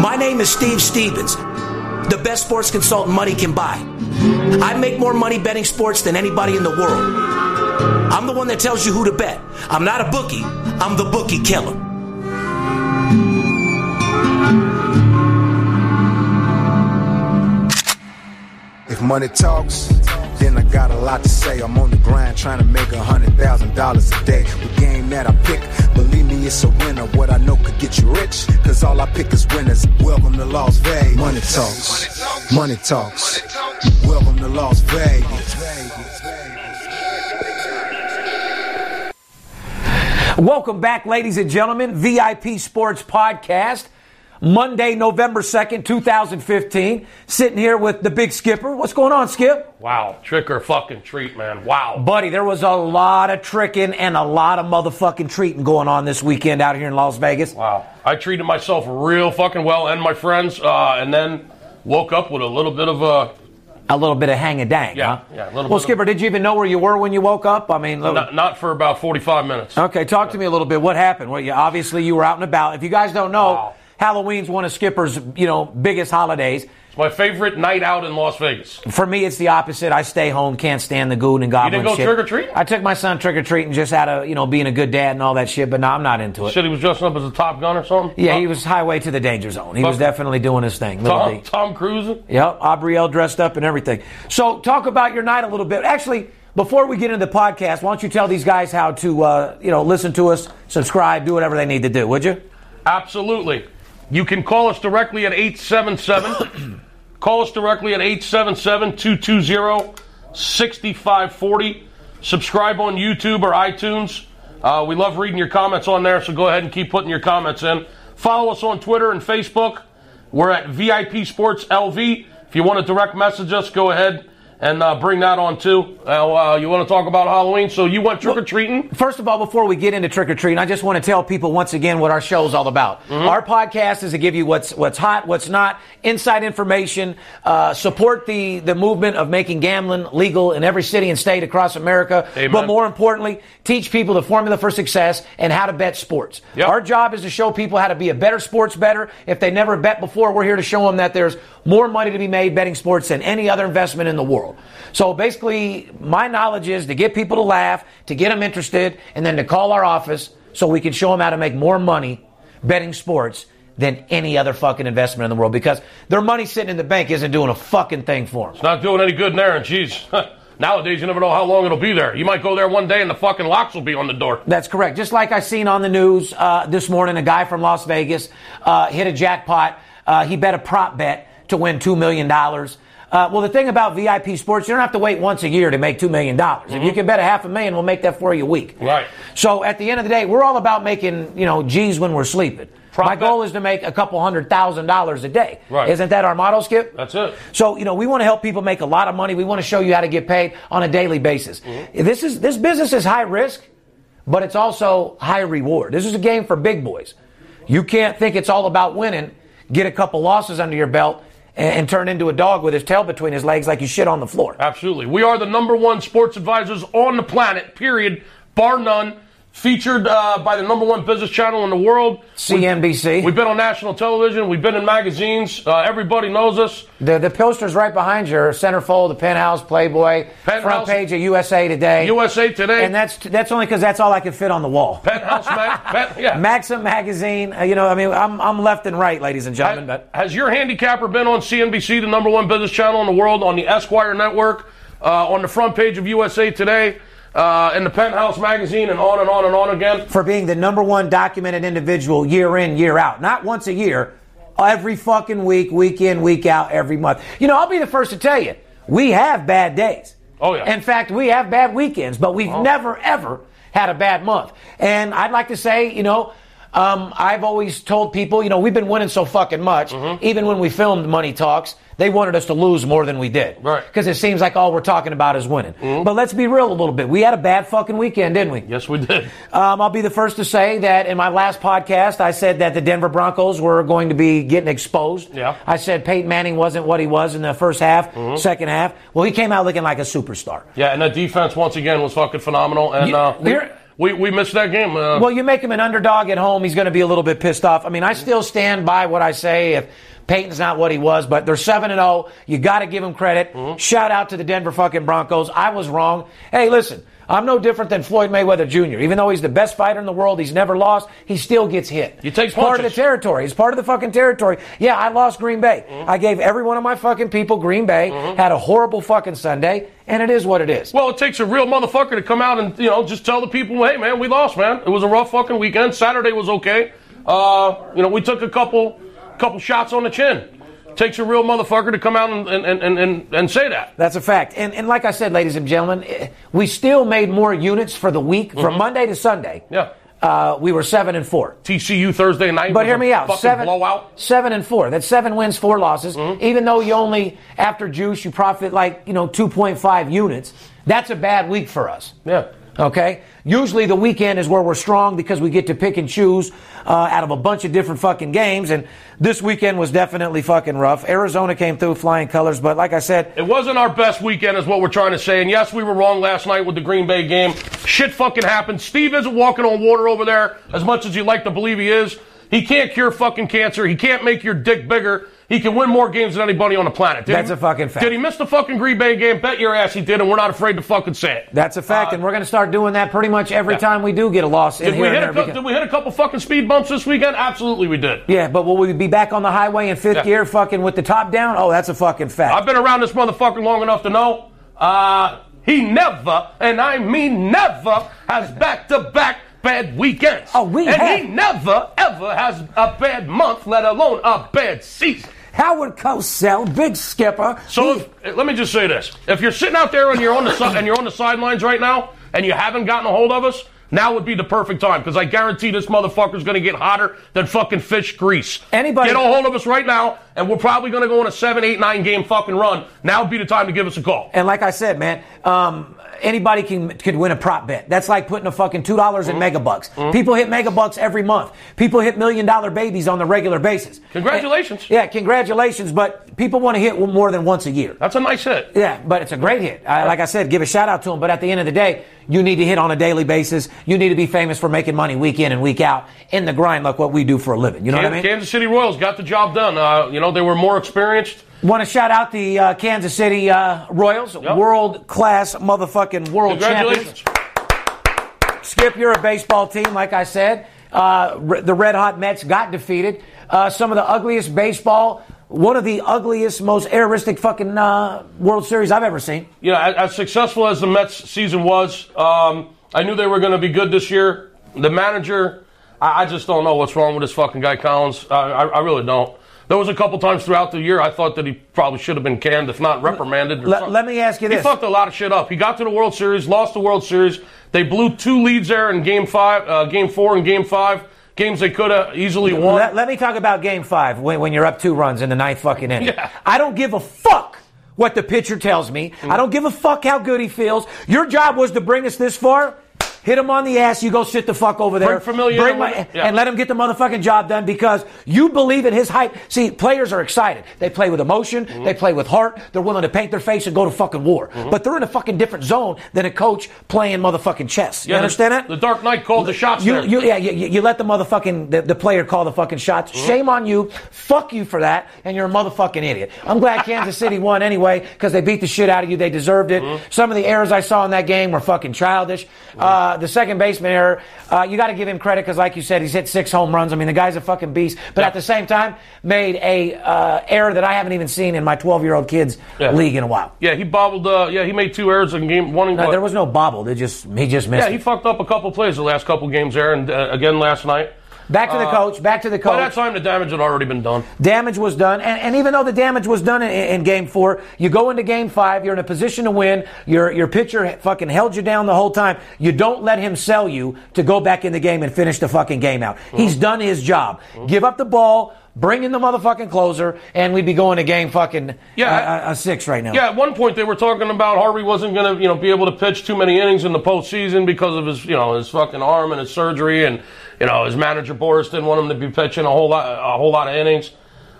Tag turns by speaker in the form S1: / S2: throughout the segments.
S1: My name is Steve Stevens, the best sports consultant money can buy. I make more money betting sports than anybody in the world. I'm the one that tells you who to bet. I'm not a bookie, I'm the bookie killer.
S2: If money talks, then I got a lot to say. I'm on the grind trying to make a hundred thousand dollars a day. The game that I pick, believe me, it's a winner. What I know could get you rich, cause all I pick is winners. Welcome to Las Vegas. Money talks. Money talks. Welcome to Las Vegas.
S1: Welcome back, ladies and gentlemen. VIP Sports Podcast, Monday, November 2nd, 2015. Sitting here with the big skipper. What's going on, Skip?
S3: Wow, trick or fucking treat, man. Wow.
S1: Buddy, there was a lot of tricking and a lot of motherfucking treating going on this weekend out here in Las Vegas.
S3: Wow. I treated myself real fucking well and my friends, uh, and then woke up with a little bit of a.
S1: A little bit of hang a dang,
S3: Yeah,
S1: huh?
S3: yeah, a little
S1: well,
S3: bit of-
S1: Skipper, did you even know where you were when you woke up? I mean, look-
S3: Not, not for about 45 minutes.
S1: Okay, talk to me a little bit. What happened? Well, you, obviously you were out and about. If you guys don't know,
S3: Wow.
S1: Halloween's one of Skipper's, you know, biggest holidays.
S3: It's my favorite night out in Las Vegas.
S1: For me, it's the opposite. I stay home, can't stand the goon and goblin
S3: didn't go
S1: shit.
S3: trick-or-treating?
S1: I took my son trick or treating just out of you know being a good dad and all that shit. But no, I'm not into it.
S3: Said he was dressing up as a Top Gun or something?
S1: yeah,
S3: Tom,
S1: he was highway to the danger zone. He was
S3: Fuck.
S1: definitely doing his thing. Little
S3: Tom,
S1: D.
S3: Tom Cruise?
S1: Yep, Aubrielle dressed up and everything. So talk about your night a little bit. Actually, before we get into the podcast, why don't you tell these guys how to uh, you know listen to us, subscribe, do whatever they need to do, would you?
S3: Absolutely. You can call us directly at 877. call us directly at 877 220 6540. Subscribe on YouTube or iTunes. Uh, we love reading your comments on there, so go ahead and keep putting your comments in. Follow us on Twitter and Facebook. We're at VIP Sports LV. If you want to direct message us, go ahead and uh, bring that on too. Uh, uh, you want to talk about Halloween? So you went trick or treating?
S1: First of all, before we get into trick or treating, I just want to tell people once again what our show's all about.
S3: Mm-hmm.
S1: Our podcast is to give you what's what's hot, what's not, inside information, uh, support the the movement of making gambling legal in every city and state across America.
S3: Amen.
S1: But more importantly, teach people the formula for success and how to bet sports.
S3: Yep.
S1: Our job is to show people how to be a better sports better. If they never bet before, we're here to show them that there's more money to be made betting sports than any other investment in the world. So basically, my knowledge is to get people to laugh, to get them interested, and then to call our office so we can show them how to make more money betting sports than any other fucking investment in the world because their money sitting in the bank isn't doing a fucking thing for them.
S3: Not doing any good in there, and geez, nowadays you never know how long it'll be there. You might go there one day and the fucking locks will be on the door.
S1: That's correct. Just like I seen on the news uh, this morning, a guy from Las Vegas uh, hit a jackpot. Uh, he bet a prop bet to win two million dollars. Uh, well, the thing about VIP sports, you don't have to wait once a year to make two million dollars. If you can bet a half a million, we'll make that for you a week.
S3: Mm-hmm. Right.
S1: So at the end of the day, we're all about making you know G's when we're sleeping.
S3: Prop
S1: My
S3: bet.
S1: goal is to make a couple hundred thousand dollars a day.
S3: Right.
S1: Isn't that our motto, Skip?
S3: That's it.
S1: So, you know, we want to help people make a lot of money. We want to show you how to get paid on a daily basis.
S3: Mm-hmm.
S1: This is this business is high risk, but it's also high reward. This is a game for big boys. You can't think it's all about winning, get a couple losses under your belt, and, and turn into a dog with his tail between his legs like you shit on the floor.
S3: Absolutely. Uh, We are the number one sports advisors on the planet, period, bar none. Featured uh, by the number one business channel in the world.
S1: CNBC.
S3: We've been on national television. We've been in magazines. Uh, everybody knows us.
S1: the, the posters right behind you are centerfold, the penthouse, Playboy, front
S3: Penthouse-
S1: page of USA Today.
S3: USA Today.
S1: and that's that's only because that's all I can fit on the wall.
S3: Penthouse Mag. Pen- yeah.
S1: Maxim magazine, uh, you know, I mean, I'm, I'm left and right, ladies and gentlemen,
S3: Has,
S1: but
S3: has your handicapper been on CNBC, the number one business channel in the world, on the Esquire network, uh, on the front page of USA Today, uh, in the Penthouse magazine, and on and on and on again?
S1: for being the number one documented individual year in, year out, not once a year, every fucking week, week in, week out, every month. You know, I'll be the first to tell you, we have bad days.
S3: Oh, yeah. Oh.
S1: In fact, we have bad weekends, but we've never, ever had a bad month. And I'd like to say, you know, um, I've always told people, you know, we've been winning so fucking much.
S3: Mm-hmm.
S1: Even when we filmed Money Talks, they wanted us to lose more than we did.
S3: Right. Mm-hmm.
S1: Because it seems like all we're talking about is winning. But let's be real a little bit. We had a bad fucking weekend, didn't we?
S3: Yes, we did.
S1: Um, I'll be the first to say that in my last podcast, I said that the Denver Broncos were going to be getting exposed.
S3: Yeah.
S1: I said Peyton Manning wasn't what he was in the first half, second half. Well, he came out looking like a superstar.
S3: Yeah, and that defense once again was fucking phenomenal, and
S1: Yeah,
S3: uh, we,
S1: there-
S3: we we missed that game. Uh,
S1: Well, you make him an underdog at home, he's going to be a little bit pissed off. I mean, I still stand by what I say if Peyton's not what he was, but they're 7 and 0. You got to give him credit.
S3: Mm-hmm.
S1: Shout out to the Denver fucking Broncos. I was wrong. Hey, listen, I'm no different than Floyd Mayweather Jr. Even though he's the best fighter in the world, he's never lost, he still gets hit.
S3: He takes
S1: It's part of the
S3: punches.
S1: territory. It's part of the fucking territory. Yeah, I lost Green Bay.
S3: Mm-hmm.
S1: I gave every one of my fucking people Green Bay. Had a horrible fucking Sunday, and it is what it is.
S3: well, it takes a real motherfucker to come out and you know just tell the people, hey man, we lost, man. It was a rough fucking weekend. Saturday was okay. Uh, you know, we took a couple couple shots on the chin. Takes a real motherfucker to come out and and and and, and say that.
S1: That's a fact. And, and like I said, ladies and gentlemen, eh, we still made more units for the week from Monday to Sunday.
S3: Mm-hmm. Yeah.
S1: Uh, we were seven and four.
S3: TCU Thursday night.
S1: But
S3: was
S1: hear
S3: a
S1: me out.
S3: Fucking
S1: Seven
S3: blowout. Mm-hmm.
S1: Seven and four. That's seven wins, four losses. Even though you only after juice you profit like you know two point five units. That's a bad week for us.
S3: Yeah.
S1: Okay. Usually the weekend is where we're strong because we get to pick and choose uh, out of a bunch of different fucking games. And this weekend was definitely fucking rough. Arizona came through flying colors, but like I said,
S3: It wasn't our best weekend, is what we're trying to say. And yes, we were wrong last night with the Green Bay game. Shit fucking happened. Steve isn't walking on water over there as much as you like to believe he is. He can't cure fucking cancer. He can't make your dick bigger. He can win more games than anybody on the planet. Did
S1: That's
S3: he-
S1: a fucking fact.
S3: Did he miss the fucking Green Bay game? Bet your ass he did, and we're not afraid to fucking say it.
S1: that's a fact. and we're going to start doing that pretty much every time we do get a loss in
S3: Did
S1: here
S3: Uh, we,
S1: and
S3: hit a
S1: there
S3: cou-
S1: because-
S3: did we hit a couple fucking speed bumps this weekend? Absolutely, we did.
S1: yeah, but will we be back on the highway in fifth
S3: Yeah.
S1: gear fucking with the top down? Oh, that's a fucking fact.
S3: I've been around this motherfucker long enough to know uh, he never, and I mean never, has back to back bad weekends.
S1: Oh, we
S3: And he
S1: have.
S3: never, ever has a bad month, let alone a bad season.
S1: Howard Cosell, big skipper.
S3: So if, eh, let me just say this: if you're sitting out there and you're on the si- and you're on the sidelines right now, and you haven't gotten a hold of us, now would be the perfect time because I guarantee this motherfucker's going to get hotter than fucking fish grease.
S1: Anybody-
S3: get a hold of us right now, and we're probably going to go on a seven, eight, nine game fucking run. Now would be the time to give us a call.
S1: And like I said, man, um, anybody can could win a prop bet. That's like putting a fucking two dollars
S3: Mm-hmm.
S1: in mega bucks. People hit mega bucks every month. People hit million dollar babies on the regular basis.
S3: Congratulations.
S1: And- yeah, congratulations. But people want to hit more than once a year.
S3: That's a nice hit.
S1: Yeah, but it's a great hit. I, like I said, give a shout out to him. But at the end of the day, you need to hit on a daily basis. You need to be famous for making money week in and week out in the grind, like what we do for a living. You know
S3: Kansas,
S1: what I mean?
S3: City Royals got the job done. Uh, you know they were more experienced.
S1: Want to shout out the uh, Kansas City uh, Royals,
S3: Yep.
S1: world class motherfucking world champions.
S3: Congratulations.
S1: Skip, you're a baseball team, like I said. Uh, re- the Red Hot Mets got defeated. Uh, some of the ugliest baseball, one of the ugliest, most aristic fucking uh, World Series I've ever seen.
S3: you know, as, as successful as the Mets season was, um, I knew they were going to be good this year. The manager, I, I just don't know what's wrong with this fucking guy Collins. I, I, I really don't. There was a couple times throughout the year I thought that he probably should have been canned, if not reprimanded. or
S1: Let-
S3: something.
S1: let me ask you
S3: He
S1: this.
S3: fucked a lot of shit up. He got to the World Series, lost the World Series. They blew two leads there in Game Five, uh, Game Four, and Game Five. Games they could have easily won.
S1: Let, let me talk about game five when, when you're up two runs in the ninth fucking inning.
S3: Yeah.
S1: I don't give a fuck what the pitcher tells me. I don't give a fuck how good he feels. Your job was to bring us this far. hit him on the ass. You go sit the fuck over there.
S3: Bring Familia
S1: Bring
S3: in
S1: my-
S3: with him. Yeah.
S1: and let him get the motherfucking job done because you believe in his hype. See, players are excited. They play with emotion.
S3: Mm-hmm.
S1: They play with heart. They're willing to paint their face and go to fucking war. But they're in a fucking different zone than a coach playing motherfucking chess. You
S3: Yeah, the-
S1: understand that?
S3: The Dark Knight called the shots
S1: You,
S3: there.
S1: you, yeah, you, you let the motherfucking the, the player call the fucking shots.
S3: Mm-hmm.
S1: Shame on you. Fuck you for that, and you're a motherfucking idiot. I'm glad Kansas City won anyway because they beat the shit out of you. They deserved it.
S3: Mm-hmm.
S1: Some of the errors I saw in that game were fucking childish. Uh, the second baseman error, uh, you got to give him credit because, like you said, he's hit six home runs. I mean, the guy's a fucking beast. But at the same time, made a uh, error that I haven't even seen in my 12 year old kids
S3: Yeah.
S1: league in a while.
S3: yeah, he bobbled. Uh, yeah, he made two errors in game one. And
S1: No, there was no bobble. They just he just missed.
S3: yeah, he
S1: it.
S3: fucked up a couple plays the last couple games there, and uh, again last night.
S1: Back to
S3: Uh,
S1: the coach. Back to the coach.
S3: By that time, the damage had already been done.
S1: damage was done. And, and even though the damage was done in, in game four, you go into game five, you're in a position to win. Your, your pitcher fucking held you down the whole time. You don't let him sell you to go back in the game and finish the fucking game out.
S3: Mm-hmm.
S1: He's done his job. Give up the ball, bring in the motherfucking closer, and we'd be going to game fucking
S3: Yeah,
S1: uh, uh, uh, six right now.
S3: Yeah, at one point they were talking about Harvey wasn't going to, you know, be able to pitch too many innings in the postseason because of his, you know, his fucking arm and his surgery, and you know, his manager Boris didn't want him to be pitching a whole lot, a whole lot of innings.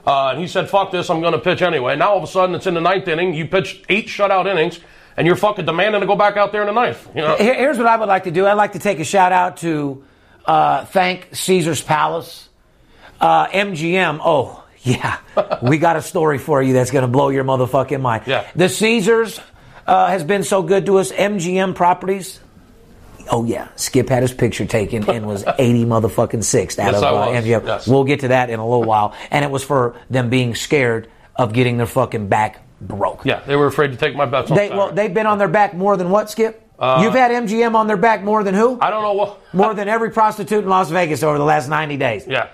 S3: Uh, and he said, "Fuck this, I'm going to pitch anyway." Now all of a sudden it's in the ninth inning. You pitched eight shutout innings, and you're fucking demanding to go back out there in the ninth. You know,
S1: Here- here's what I would like to do. I'd like to take a shout out to uh, thank Caesar's Palace, uh, MGM. Oh yeah, we got a story for you that's going to blow your motherfucking mind.
S3: Yeah.
S1: the Caesars uh, has been so good to us. MGM Properties. Oh yeah, Skip had his picture taken and was eighty motherfucking sixth out
S3: Yes,
S1: of
S3: I
S1: uh,
S3: was.
S1: MGM.
S3: Yes.
S1: We'll get to that in a little while, and it was for them being scared of getting their fucking back broke.
S3: yeah, they were afraid to take my bets. On
S1: They, well,
S3: Saturday.
S1: they've been on their back more than what, Skip? You've had MGM on their back more than who?
S3: Uh, I don't know what.
S1: more than every prostitute in Las Vegas over the last 90 days.
S3: Yeah,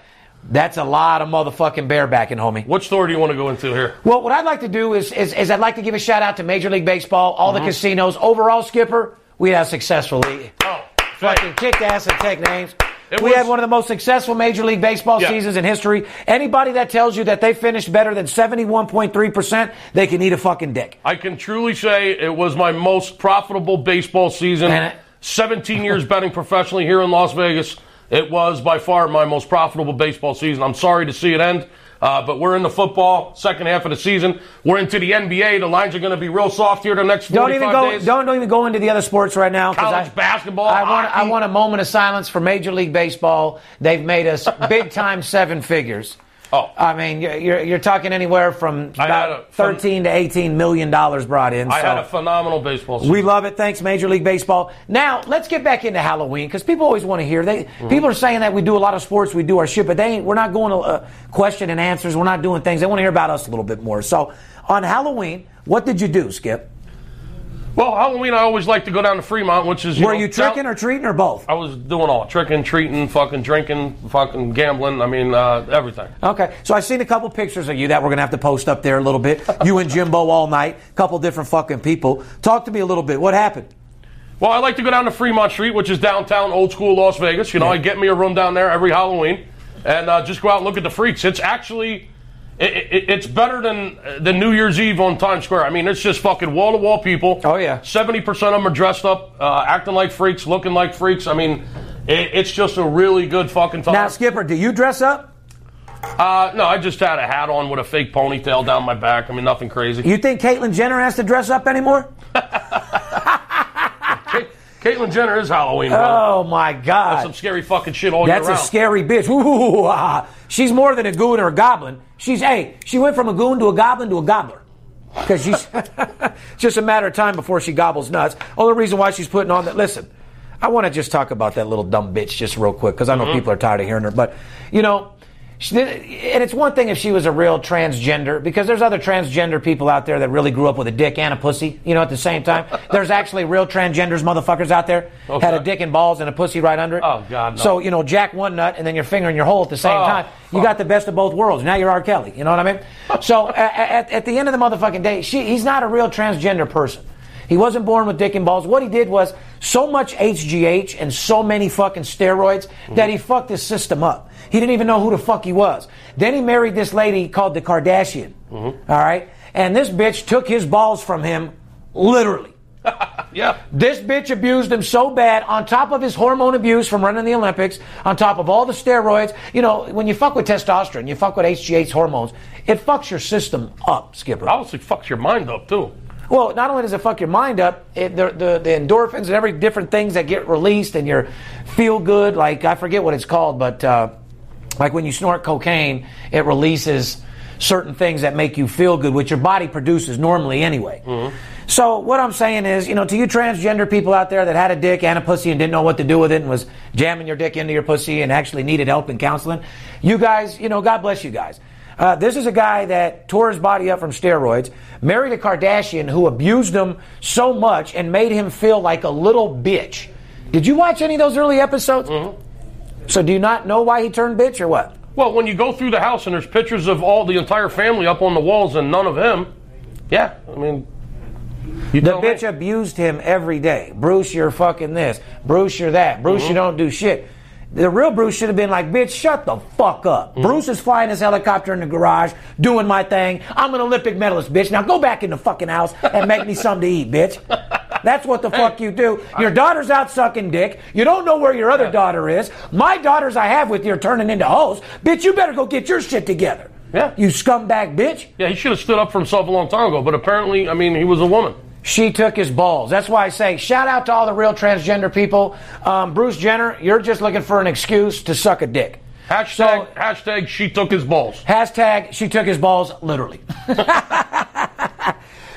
S1: That's a lot of motherfucking barebacking, homie.
S3: what story do you want to go into here?
S1: Well, what I'd like to do is, is, is I'd like to give a shout out to Major League Baseball, all
S3: Mm-hmm.
S1: the casinos. Overall, Skipper, we had a successful league.
S3: Oh,
S1: Fucking kicked ass and take names.
S3: It
S1: we
S3: was-
S1: had one of the most successful Major League Baseball
S3: Yeah.
S1: seasons in history. Anybody that tells you that they finished better than 71.3%, they can eat a fucking dick.
S3: I can truly say it was my most profitable baseball season.
S1: Man, I-
S3: 17 years betting professionally here in Las Vegas. It was by far my most profitable baseball season. I'm sorry to see it end, uh, but we're in the football second half of the season. We're into the NBA. The lines are going to be real soft here the next
S1: Don't
S3: 45
S1: even go.
S3: days.
S1: Don't, don't even go into the other sports right now. 'cause
S3: College
S1: I,
S3: basketball,
S1: I want. I
S3: hockey.
S1: want a moment of silence for Major League Baseball. They've made us big time seven figures.
S3: Oh.
S1: I mean, you're you're, you're talking anywhere from
S3: I had
S1: about
S3: a fun-
S1: thirteen to eighteen million dollars brought in.
S3: I
S1: so.
S3: had a phenomenal baseball season.
S1: We love it. Thanks, Major League Baseball. Now let's get back into Halloween because people always want to hear. They
S3: Mm-hmm.
S1: people are saying that we do a lot of sports, we do our shit, but they ain't, we're not going to uh, question and answers. We're not doing things. They want to hear about us a little bit more. So on Halloween, what did you do, Skip?
S3: well, Halloween, I always like to go down to Fremont, which is.
S1: Were
S3: know,
S1: you Uh,
S3: down-
S1: tricking or treating or both?
S3: I was doing all tricking, treating, fucking drinking, fucking gambling. I mean, uh, everything.
S1: Okay, so I've seen a couple pictures of you that we're gonna have to post up there a little bit. You and Jimbo all night, couple different fucking people. Talk to me a little bit. What happened?
S3: Well, I like to go down to Fremont Street, which is downtown, old school Las Vegas. You know, I get me a room down there every Halloween, and uh, just go out and look at the freaks. It's actually, it, it, it's better than uh, than New Year's Eve on Times Square. I mean, it's just fucking wall to wall people.
S1: Oh, yeah.
S3: seventy percent of them are dressed up, uh, acting like freaks, looking like freaks. I mean, it, it's just a really good fucking time.
S1: Now, Skipper, do you dress up?
S3: uh, no, I just had a hat on with a fake ponytail down my back. I mean, nothing crazy.
S1: You think Caitlyn Jenner has to dress up anymore?
S3: Caitlyn Jenner is Halloween. brother.
S1: Oh my God!
S3: Some scary fucking shit all
S1: That's
S3: year
S1: a
S3: round.
S1: scary bitch. Ooh, ah. She's more than a goon or a goblin. She's hey, she went from a goon to a goblin to a gobbler. Because she's it's just a matter of time before she gobbles nuts. Only reason why she's putting on that. Listen, I want to just talk about that little dumb bitch just real quick because I know people are tired of hearing her. But you know, she, and it's one thing if she was a real transgender because there's other transgender people out there that really grew up with a dick and a pussy. You know, at the same time, there's actually real transgenders motherfuckers out there had a
S3: Okay.
S1: dick and balls and a pussy right under it.
S3: Oh, God, no.
S1: So you know, jack one nut and then your finger in your hole at the same
S3: Oh,
S1: time. You got the best of both worlds. Now you're R. Kelly. You know what I mean? so a- a- at, at the end of the motherfucking day, she, he's not a real transgender person. He wasn't born with dick and balls. What he did was so much HGH and so many fucking steroids that he fucked his system up. He didn't even know who the fuck he was. Then he married this lady called the Kardashian. All right? And this bitch took his balls from him literally.
S3: Yeah.
S1: This bitch abused him so bad, on top of his hormone abuse from running the Olympics, on top of all the steroids. You know, when you fuck with testosterone, you fuck with HGH hormones, it fucks your system up, Skipper.
S3: Obviously, fucks your mind up too.
S1: Well, not only does it fuck your mind up, it, the, the the endorphins and every different things that get released and your feel good, like I forget what it's called, but uh, like when you snort cocaine, it releases certain things that make you feel good, which your body produces normally anyway. So what I'm saying is, you know, to you transgender people out there that had a dick and a pussy and didn't know what to do with it and was jamming your dick into your pussy and actually needed help and counseling, you guys, you know, God bless you guys. Uh, this is a guy that tore his body up from steroids, married a Kardashian who abused him so much and made him feel like a little bitch. Did you watch any of those early episodes? So do you not know why he turned bitch or what?
S3: Well, when you go through the house and there's pictures of all the entire family up on the walls and none of him, yeah, I mean, you
S1: The
S3: tell me.
S1: bitch abused him every day. Bruce, you're fucking this. Bruce, you're that. Bruce,
S3: Mm-hmm.
S1: you don't do shit. The real Bruce should have been like, bitch, shut the fuck up.
S3: Mm-hmm.
S1: Bruce is flying his helicopter in the garage, doing my thing. I'm an Olympic medalist, bitch. Now go back in the fucking house and make me something to eat, bitch. That's what the fuck you do. Your daughter's out sucking dick. You don't know where your other daughter is. My daughters I have with you are turning into hoes. Bitch, you better go get your shit together.
S3: Yeah.
S1: You scumbag bitch.
S3: Yeah, he should have stood up for himself a long time ago, but apparently, I mean, he was a woman.
S1: She took his balls. That's why I say, shout out to all the real transgender people. Um, Bruce Jenner, you're just looking for an excuse to suck a dick.
S3: Hashtag, hashtag, she took his balls.
S1: Hashtag, she took his balls literally.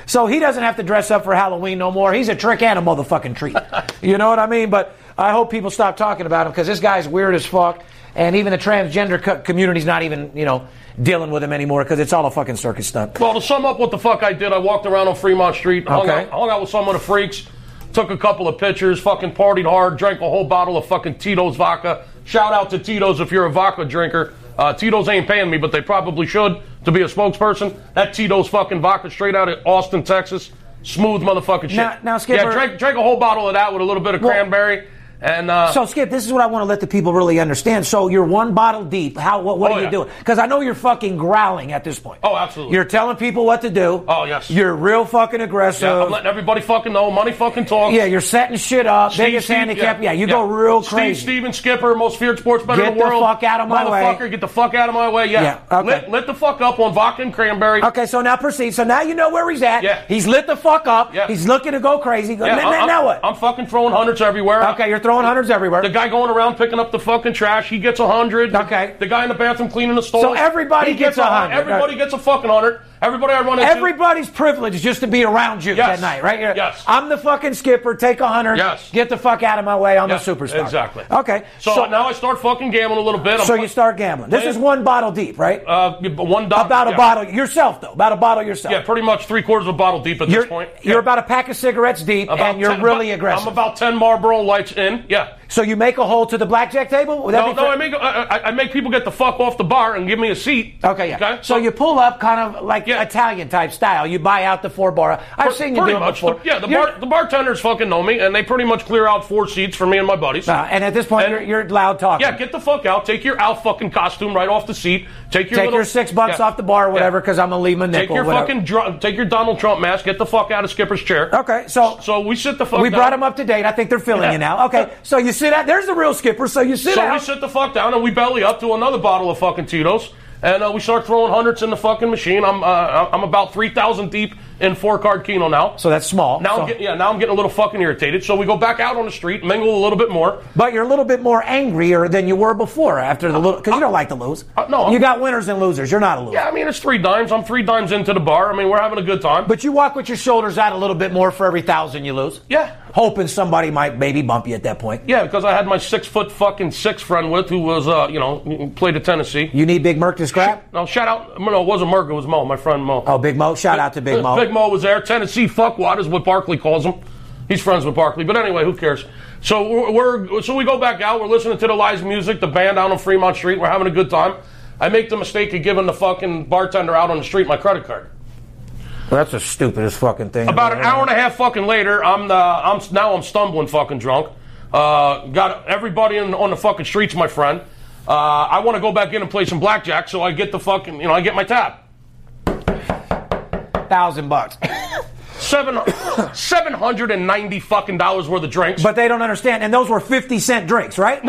S1: so he doesn't have to dress up for Halloween no more. He's a trick and a motherfucking treat. you know what I mean? But I hope people stop talking about him because this guy's weird as fuck. And even the transgender co- community's not even, you know, dealing with him anymore because it's all a fucking circus stunt.
S3: Well, to sum up what the fuck I did, I walked around on Fremont Street, hung,
S1: Okay.
S3: out, hung out with some of the freaks, took a couple of pictures, fucking partied hard, drank a whole bottle of fucking Tito's vodka. Shout out to Tito's if you're a vodka drinker. Uh, Tito's ain't paying me, but they probably should to be a spokesperson. That Tito's fucking vodka straight out of Austin, Texas. Smooth motherfucking shit.
S1: Now- now, Skipper-
S3: Yeah, drank, drank a whole bottle of that with a little bit of
S1: Well-
S3: cranberry. And uh,
S1: So Skip, this is what I want to let the people really understand. So you're one bottle deep. How what, what
S3: Oh,
S1: are you
S3: yeah.
S1: doing? Because I know you're fucking growling at this point.
S3: Oh, absolutely.
S1: You're telling people what to do.
S3: Oh, yes.
S1: You're real fucking aggressive.
S3: yeah, I'm letting everybody fucking know. Money fucking talks.
S1: Yeah, you're setting shit up.
S3: Steve,
S1: biggest
S3: Steve,
S1: handicap. Yeah, you go real crazy.
S3: Steve, Steven Skipper, most feared sports better
S1: Get
S3: in the
S1: the
S3: world.
S1: fuck out of my way.
S3: Motherfucker, get the fuck out of my way. Yeah.
S1: Yeah, okay.
S3: Lit, lit the fuck up on vodka and cranberry.
S1: Okay, so now proceed. So now you know where he's at.
S3: Yeah.
S1: He's lit the fuck up.
S3: Yeah.
S1: He's looking to go crazy. Go-
S3: Yeah,
S1: now,
S3: I'm-
S1: now-
S3: I'm,
S1: now what?
S3: I'm fucking throwing hundreds everywhere.
S1: okay, you're throwing hundreds everywhere.
S3: The guy going around picking up the fucking trash, he gets a hundred.
S1: Okay.
S3: The guy in the bathroom cleaning the stall.
S1: So everybody gets a hundred.
S3: Everybody gets a fucking hundred. Everybody I run into.
S1: Everybody's privilege is just to be around you
S3: Yes.
S1: that night, right? You're-
S3: Yes.
S1: I'm the fucking skipper. Take a hundred.
S3: Yes.
S1: Get the fuck out of my way. I'm
S3: Yeah,
S1: a superstar.
S3: Exactly.
S1: Okay.
S3: So, now I start fucking gambling a little bit. I'm
S1: so
S3: fu-
S1: you start gambling. This is one bottle deep, right?
S3: uh, one dollar.
S1: about a
S3: yeah.
S1: bottle yourself, though. About a bottle yourself.
S3: Yeah, pretty much three quarters of a bottle deep at
S1: You're,
S3: this point.
S1: you're
S3: Yeah.
S1: about a pack of cigarettes deep,
S3: About
S1: and you're
S3: ten-
S1: really
S3: about-
S1: aggressive.
S3: I'm about ten Marlboro lights in. Yeah.
S1: so you make a hole to the blackjack table. Would that
S3: No,
S1: be
S3: no,
S1: fair?
S3: I make I, I- I make people get the fuck off the bar and give me a seat.
S1: Okay, yeah. So, you pull up kind of like
S3: Yeah.
S1: Italian type style. You buy out the four bar. I've seen you do
S3: pretty
S1: it
S3: much.
S1: before.
S3: The, yeah, the,
S1: You're-
S3: bar, the bartenders fucking know me, and they pretty much clear out four seats for me and my buddies.
S1: Uh, and at this point,
S3: And-
S1: you're, you're loud talking.
S3: yeah, get the fuck out. Take your Al fucking costume right off the seat. Take your
S1: Take
S3: little-
S1: your six bucks
S3: yeah.
S1: off the bar, or
S3: Yeah.
S1: whatever, because I'm gonna leave my nickel.
S3: Take your
S1: whatever.
S3: fucking dr- take your Donald Trump mask. Get the fuck out of Skipper's chair.
S1: Okay, so
S3: So we sit the fuck.
S1: we
S3: down.
S1: brought him up to date. I think they're feeling
S3: Yeah.
S1: you now. Okay, so you sit out. There's the real skipper. So you sit
S3: So
S1: out.
S3: we sit the fuck down and we belly up to another bottle of fucking Tito's, and uh, we start throwing hundreds in the fucking machine. I'm uh, I'm about three thousand deep in four card Keno now.
S1: so that's small.
S3: Now
S1: So-
S3: I'm getting, yeah, now I'm getting a little fucking irritated. So we go back out on the street, mingle a little bit more.
S1: but you're a little bit more angrier than you were before after the little because you don't like to lose.
S3: uh, no, I'm-
S1: you got winners and losers. You're not a loser.
S3: Yeah, I mean it's three dimes. I'm three dimes into the bar. I mean we're having a good time.
S1: But you walk with your shoulders out a little bit more for every thousand you lose.
S3: Yeah.
S1: hoping somebody might maybe bump you at that point.
S3: yeah, because I had my six foot fucking six friend with who was uh you know played at Tennessee.
S1: You need Big Merc to scrap?
S3: No shout out. No, it wasn't Merck. It was Mo, my friend Mo.
S1: Oh, Big Mo. Shout out to Big Mo.
S3: Uh, Big Mo was there. Tennessee fuckwad is what Barkley calls him. He's friends with Barkley, but anyway, who cares? So we're, we're so we go back out. We're listening to the live music, the band out on Fremont Street. We're having a good time. I make the mistake of giving the fucking bartender out on the street my credit card.
S1: That's the stupidest fucking thing.
S3: About an hour and a half fucking later, I'm the I'm now I'm stumbling fucking drunk. Uh, got everybody in, on the fucking streets, my friend. Uh, I want to go back in and play some blackjack, so I get the fucking you know I get my tab.
S1: thousand bucks.
S3: seven seven hundred and ninety fucking dollars worth of drinks.
S1: But they don't understand. And those were 50 cent drinks, right?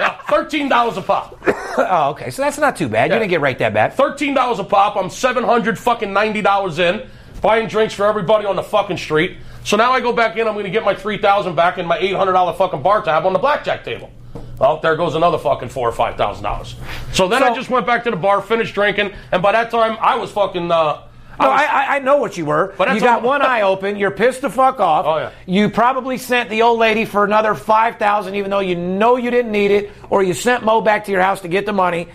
S3: Yeah, thirteen dollars a pop.
S1: oh, okay. So that's not too bad. You didn't get right that bad.
S3: Thirteen dollars a pop. I'm seven hundred fucking ninety dollars in, buying drinks for everybody on the fucking street. So now I go back in. I'm going to get my three thousand back and my eight hundred dollar fucking bar tab on the blackjack table. Well, there goes another fucking four or five thousand dollars. So then I
S1: So-
S3: just went back to the bar, finished drinking, and by that time I was fucking. Uh,
S1: No,
S3: was-
S1: I, I, I know what you were.
S3: But
S1: you
S3: that's
S1: got
S3: all-
S1: one eye open. You're pissed the fuck off.
S3: Oh, yeah.
S1: You probably sent the old lady for another five thousand, even though you know you didn't need it, or you sent Mo back to your house to get the money.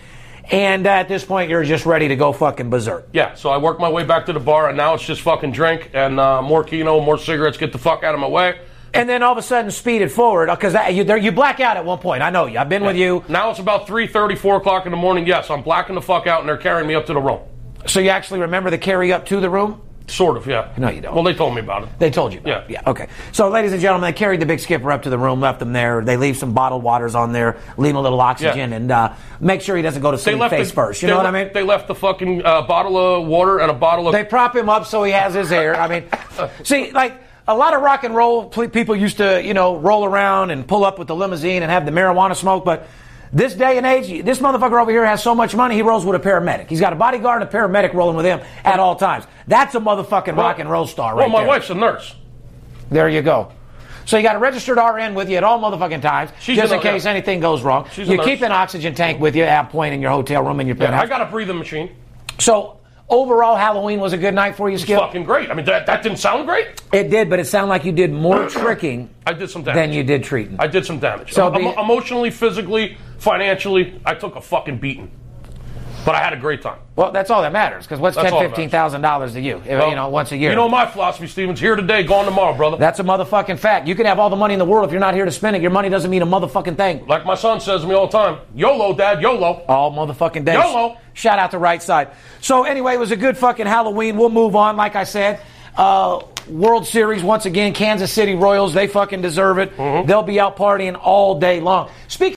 S1: And uh, at this point, you're just ready to go fucking berserk.
S3: Yeah, so I worked my way back to the bar, and now it's just fucking drink and uh, more Kino, more cigarettes. Get the fuck out of my way.
S1: And then all of a sudden, speed it forward because you, there- you black out at one point. I know you. I've been with you.
S3: Now it's about 3.30, 4 o'clock in the morning. Yes, I'm blacking the fuck out, and they're carrying me up to the room.
S1: So you actually remember the carry up to the room?
S3: Sort of, yeah.
S1: No, you don't.
S3: Well, they told me about it.
S1: They told you about
S3: Yeah.
S1: it. Yeah. Okay. So, ladies and gentlemen, they carried the big skipper up to the room, left him there. They leave some bottled waters on there, leave him a little oxygen,
S3: Yeah.
S1: and uh, make sure he doesn't go to
S3: They
S1: sleep face
S3: the,
S1: first. You
S3: they
S1: know what I
S3: le-
S1: mean?
S3: They left the fucking uh, bottle of water and a bottle of.
S1: They prop him up so he has his hair. I mean, see, like a lot of rock and roll pl- people used to, you know, roll around and pull up with the limousine and have the marijuana smoke, but. This day and age, this motherfucker over here has so much money, he rolls with a paramedic. He's got a bodyguard and a paramedic rolling with him at all times. That's a motherfucking rock and roll star, right
S3: well, my
S1: there.
S3: wife's a nurse.
S1: There you go. So you got a registered RN with you at all motherfucking times,
S3: She's
S1: just
S3: an-
S1: in case
S3: yeah.
S1: anything goes wrong.
S3: She's a
S1: you
S3: nurse.
S1: keep an oxygen tank with you at point in your hotel room in your penthouse.
S3: I got a breathing machine.
S1: so overall, Halloween was a good night for you, Skip.
S3: Fucking great. I mean, that, that didn't sound great.
S1: It did, but it sounded like you did more tricking
S3: I did some damage.
S1: than you did treating.
S3: I did some damage.
S1: So
S3: Em-
S1: be-
S3: em- emotionally, physically, financially, I took a fucking beating. But I had a great time.
S1: well, that's all that matters because what's
S3: That's
S1: ten,
S3: all that
S1: fifteen thousand dollars to you? if-
S3: Well,
S1: you know, once a year.
S3: You know my philosophy, Stevens. Here today, gone tomorrow, brother.
S1: that's a motherfucking fact. You can have all the money in the world if you're not here to spend it. Your money doesn't mean a motherfucking thing.
S3: like my son says to me all the time, YOLO, Dad, YOLO.
S1: all motherfucking day.
S3: YOLO.
S1: Shout out to Right Side. So anyway, it was a good fucking Halloween. We'll move on. Like I said, uh, World Series once again. Kansas City Royals. They fucking deserve it. They'll be out partying all day long. Speaking.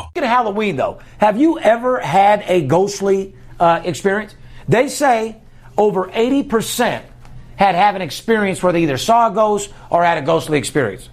S1: Speaking of Halloween, though, have you ever had a ghostly uh, experience? They say over 80% had have an experience where they either saw a ghost or had a ghostly experience.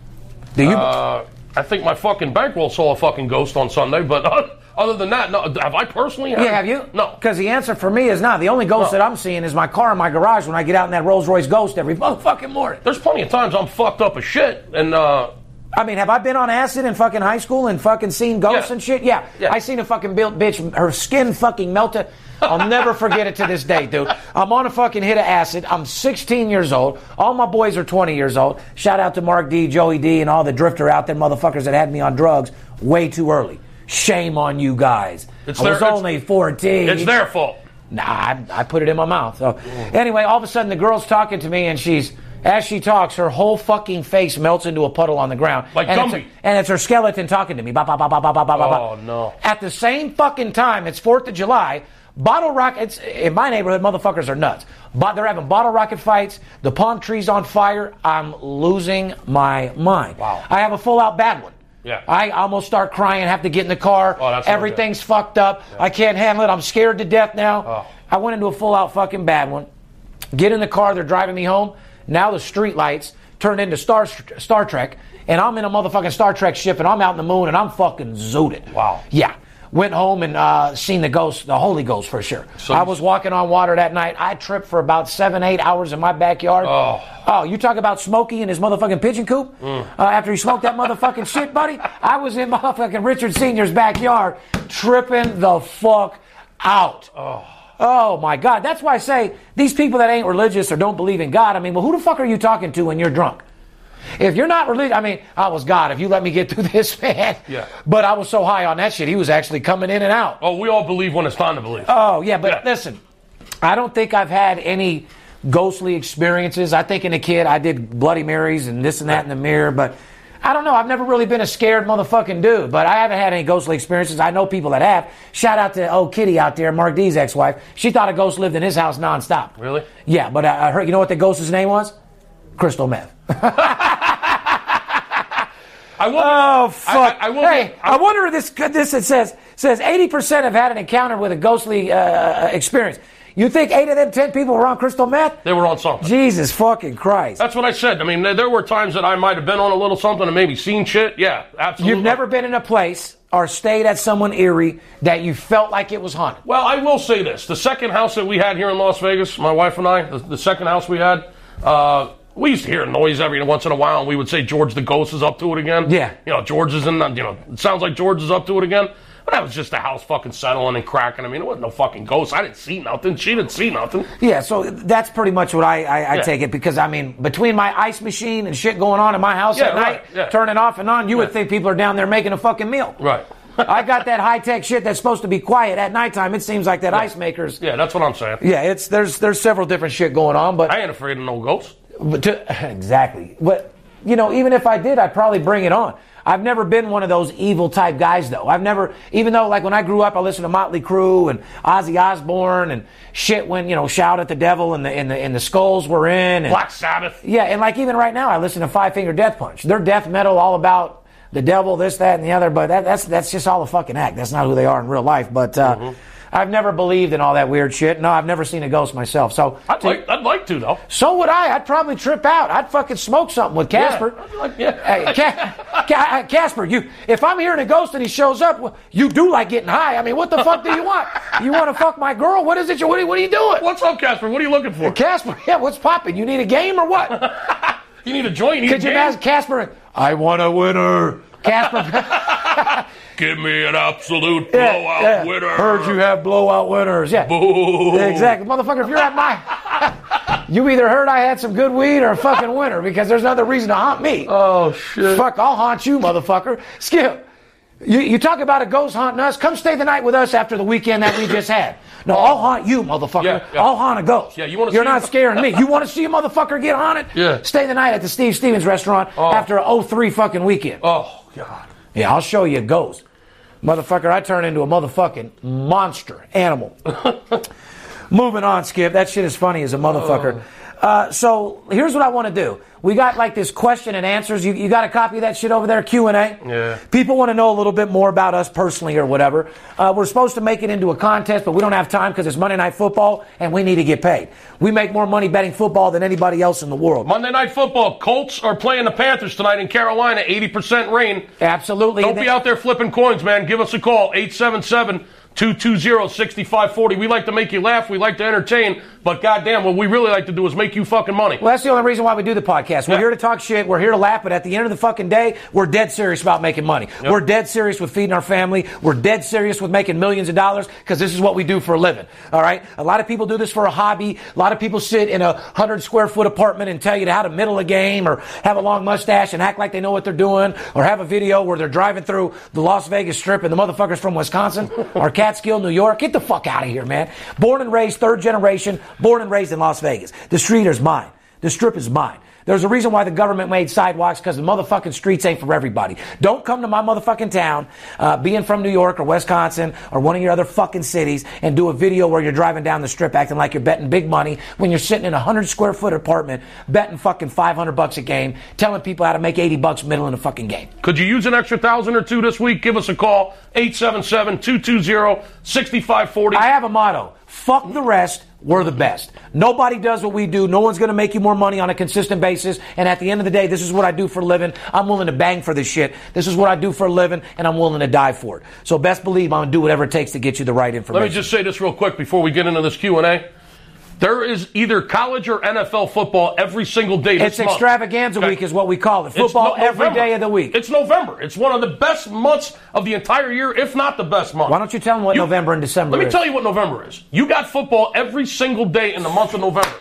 S1: Do you?
S3: Uh, I think my fucking bankroll saw a fucking ghost on Sunday, but uh, other than that, no. Have I personally? Had
S1: Yeah, have you?
S3: No.
S1: Because the answer for me is not. The only ghost
S3: No.
S1: that I'm seeing is my car in my garage when I get out in that Rolls Royce Ghost every fucking morning.
S3: There's plenty of times I'm fucked up as shit, and uh,
S1: I mean, have I been on acid in fucking high school and fucking seen ghosts
S3: Yeah.
S1: and shit? Yeah.
S3: Yeah.
S1: I seen a fucking built bitch, her skin fucking melted. I'll never forget it to this day, dude. I'm on a fucking hit of acid. I'm 16 years old. All my boys are 20 years old. Shout out to Mark D, Joey D, and all the drifter out there motherfuckers that had me on drugs way too early. Shame on you guys.
S3: It's
S1: I
S3: their-
S1: was
S3: it's-
S1: only 14.
S3: it's their fault.
S1: Nah, I, I put it in my mouth. So anyway, all of a sudden the girl's talking to me, and she's as she talks, her whole fucking face melts into a puddle on the ground,
S3: Like
S1: and it's,
S3: Gumby.
S1: and it's her skeleton talking to me. Ba, ba, ba, ba, ba, ba, ba, ba, ba.
S3: Oh, no.
S1: At the same fucking time, it's Fourth of July. Bottle rockets in my neighborhood, motherfuckers are nuts. But they're having bottle rocket fights. The palm tree's on fire. I'm losing my mind.
S3: Wow.
S1: I have a full out bad one.
S3: Yeah.
S1: I almost start crying. Have to get in the car.
S3: Oh, that's no good.
S1: Everything's fucked up. I can't handle it. I'm scared to death now.
S3: Oh.
S1: I went into a full out fucking bad one. Get in the car. They're driving me home. Now the street lights turned into Star Star Trek, and I'm in a motherfucking Star Trek ship, and I'm out in the moon, and I'm fucking zooted.
S3: Wow.
S1: Yeah. Went home and uh, seen the ghost, the Holy Ghost for sure. I was walking on water that night. I tripped for about seven, eight hours in my backyard. Oh, you talk about Smokey and his motherfucking pigeon coop uh, after he smoked that motherfucking shit, buddy. I was in motherfucking Richard Senior's backyard, tripping the fuck out. Oh. my God. That's why I say these people that ain't religious or don't believe in God. I mean, well, who the fuck are you talking to when you're drunk? If you're not religious, I mean, I was God. If you let me get through this, man.
S3: Yeah.
S1: But I was so high on that shit, he was actually coming in and out.
S3: Oh, we all believe when it's time to believe.
S1: Oh yeah, but
S3: Yeah.
S1: listen, I don't think I've had any ghostly experiences. I think in a kid, I did Bloody Marys and this and that in the mirror, but I don't know. I've never really been a scared motherfucking dude, but I haven't had any ghostly experiences. I know people that have. Shout out to old Kitty out there, Mark D's ex wife. She thought a ghost lived in his house nonstop.
S3: Really?
S1: Yeah, but I I heard, you know what the ghost's name was? Crystal meth.
S3: I will.
S1: Oh fuck!
S3: I, I will.
S1: hey, I,
S3: I,
S1: wonder if this this it says says eighty percent have had an encounter with a ghostly uh, experience. You think eight of them ten people were on crystal meth?
S3: they were on something.
S1: Jesus fucking Christ!
S3: That's what I said. I mean, there, there were times that I might have been on a little something and maybe seen shit. Yeah, absolutely.
S1: You've never been in a place or stayed at someone eerie that you felt like it was haunted.
S3: Well, I will say this: the second house that we had here in Las Vegas, my wife and I, the, the second house we had, uh, we used to hear noise every once in a while, and we would say George the Ghost is up to it again.
S1: Yeah.
S3: you know George is in. the- You know, it sounds like George is up to it again. But that was just the house fucking settling and cracking. I mean, it wasn't no fucking ghost. I didn't see nothing. She didn't see nothing.
S1: Yeah, so that's pretty much what I, I, I
S3: Yeah.
S1: take it because I mean, between my ice machine and shit going on in my house
S3: Yeah,
S1: at night,
S3: right, yeah.
S1: turning off and on, you would
S3: Yeah.
S1: think people are down there making a fucking meal.
S3: Right.
S1: I got that high tech shit that's supposed to be quiet at nighttime. It seems like that ice maker's
S3: Yeah, that's what I'm saying.
S1: Yeah, it's there's there's several different shit going on, but,
S3: I ain't afraid of no ghost.
S1: but to, exactly. But you know, even if I did, I'd probably bring it on. I've never been one of those evil type guys, though. I've never, even though like when I grew up, I listened to Motley Crue and Ozzy Osbourne and shit. When you know, shout at the devil and the and the and the skulls were in. And,
S3: Black Sabbath.
S1: yeah, and like even right now, I listen to Five Finger Death Punch. They're death metal, all about the devil, this, that, and the other. But that, that's that's just all a fucking act. That's not who they are in real life. But uh,
S3: Mm-hmm.
S1: I've never believed in all that weird shit. No, I've never seen a ghost myself. So
S3: I'd like, I'd like to though.
S1: so would I. I'd probably trip out. I'd fucking smoke something with Casper.
S3: I'd be like, yeah.
S1: Hey, Ca- Ca- uh, Casper, you. If I'm hearing a ghost and he shows up, well, you do like getting high. I mean, what the fuck do you want? You want to fuck my girl? What is it? You, what, are, what are you doing?
S3: What's up, Casper? What are you looking for?
S1: Casper, yeah, what's popping? You need a game or what?
S3: You need a joint. You need
S1: Could
S3: a
S1: you
S3: game?
S1: imagine Casper? I want a winner. Casper,
S3: Give me an absolute
S1: Yeah,
S3: blowout
S1: yeah.
S3: winner.
S1: Heard you have blowout winners. Yeah,
S3: Boo.
S1: exactly, motherfucker. If you're at my, you either heard I had some good weed or a fucking winner because there's another reason to haunt me.
S3: Oh shit.
S1: Fuck, I'll haunt you, motherfucker. Skip. You, you talk about a ghost haunting us. Come stay the night with us after the weekend that we just had. No, I'll haunt you, motherfucker.
S3: Yeah, yeah.
S1: I'll haunt a ghost.
S3: Yeah, you wanna
S1: You're
S3: see
S1: not
S3: a-
S1: scaring me. You want to see a motherfucker get haunted?
S3: Yeah.
S1: Stay the night at the Steve Stevens restaurant after a 03 fucking weekend.
S3: Oh god.
S1: Yeah, I'll show you a ghost. Motherfucker, I turn into a motherfucking monster animal. Moving on, Skip. That shit is funny as a
S3: Oh.
S1: motherfucker. Uh, so here's what I want to do. We got like this question and answers. You, you got a copy of that shit over there, Q and A.
S3: Yeah.
S1: People want to know a little bit more about us personally or whatever. Uh, we're supposed to make it into a contest, but we don't have time because it's Monday Night Football and we need to get paid. We make more money betting football than anybody else in the world.
S3: Monday Night Football. Colts are playing the Panthers tonight in Carolina. 80% rain.
S1: Absolutely.
S3: Don't be out there flipping coins, man. Give us a call. 877-220-6540. We like to make you laugh. We like to entertain. But goddamn, what we really like to do is make you fucking money.
S1: Well, that's the only reason why we do the podcast. We're
S3: Yeah.
S1: here to talk shit. We're here to laugh. But at the end of the fucking day, we're dead serious about making money. We're dead serious with feeding our family. We're dead serious with making millions of dollars because this is what we do for a living. All right. A lot of people do this for a hobby. A lot of people sit in a hundred square foot apartment and tell you how to middle a game or have a long mustache and act like they know what they're doing or have a video where they're driving through the Las Vegas Strip and the motherfuckers from Wisconsin or Catskill, New York. Get the fuck out of here, man. Born and raised, third generation, born and raised in Las Vegas. The street is mine. The strip is mine. There's a reason why the government made sidewalks because the motherfucking streets ain't for everybody. Don't come to my motherfucking town, uh, being from New York or Wisconsin or one of your other fucking cities, and do a video where you're driving down the strip acting like you're betting big money when you're sitting in a hundred square foot apartment betting fucking 500 bucks a game, telling people how to make 80 bucks middle in a fucking game.
S3: Could you use an extra thousand or two this week? Give us a call. 877-220-6540.
S1: I have a motto. Fuck the rest. We're the best. Nobody does what we do. No one's going to make you more money on a consistent basis. And at the end of the day, this is what I do for a living. I'm willing to bang for this shit. This is what I do for a living, and I'm willing to die for it. So best believe I'm going to do whatever it takes to get you the right information.
S3: Let me just say this real quick before we get into this Q&A. There is either college or NFL football every single day this
S1: it's
S3: month.
S1: extravaganza
S3: Okay.
S1: week is what we call it.
S3: It's
S1: Football
S3: no-
S1: every
S3: November.
S1: day of the week.
S3: It's November. It's one of the best months of the entire year, if not the best month.
S1: Why don't you tell them what November and December
S3: Let me
S1: is?
S3: tell you what November is. You got football every single day in the month of November.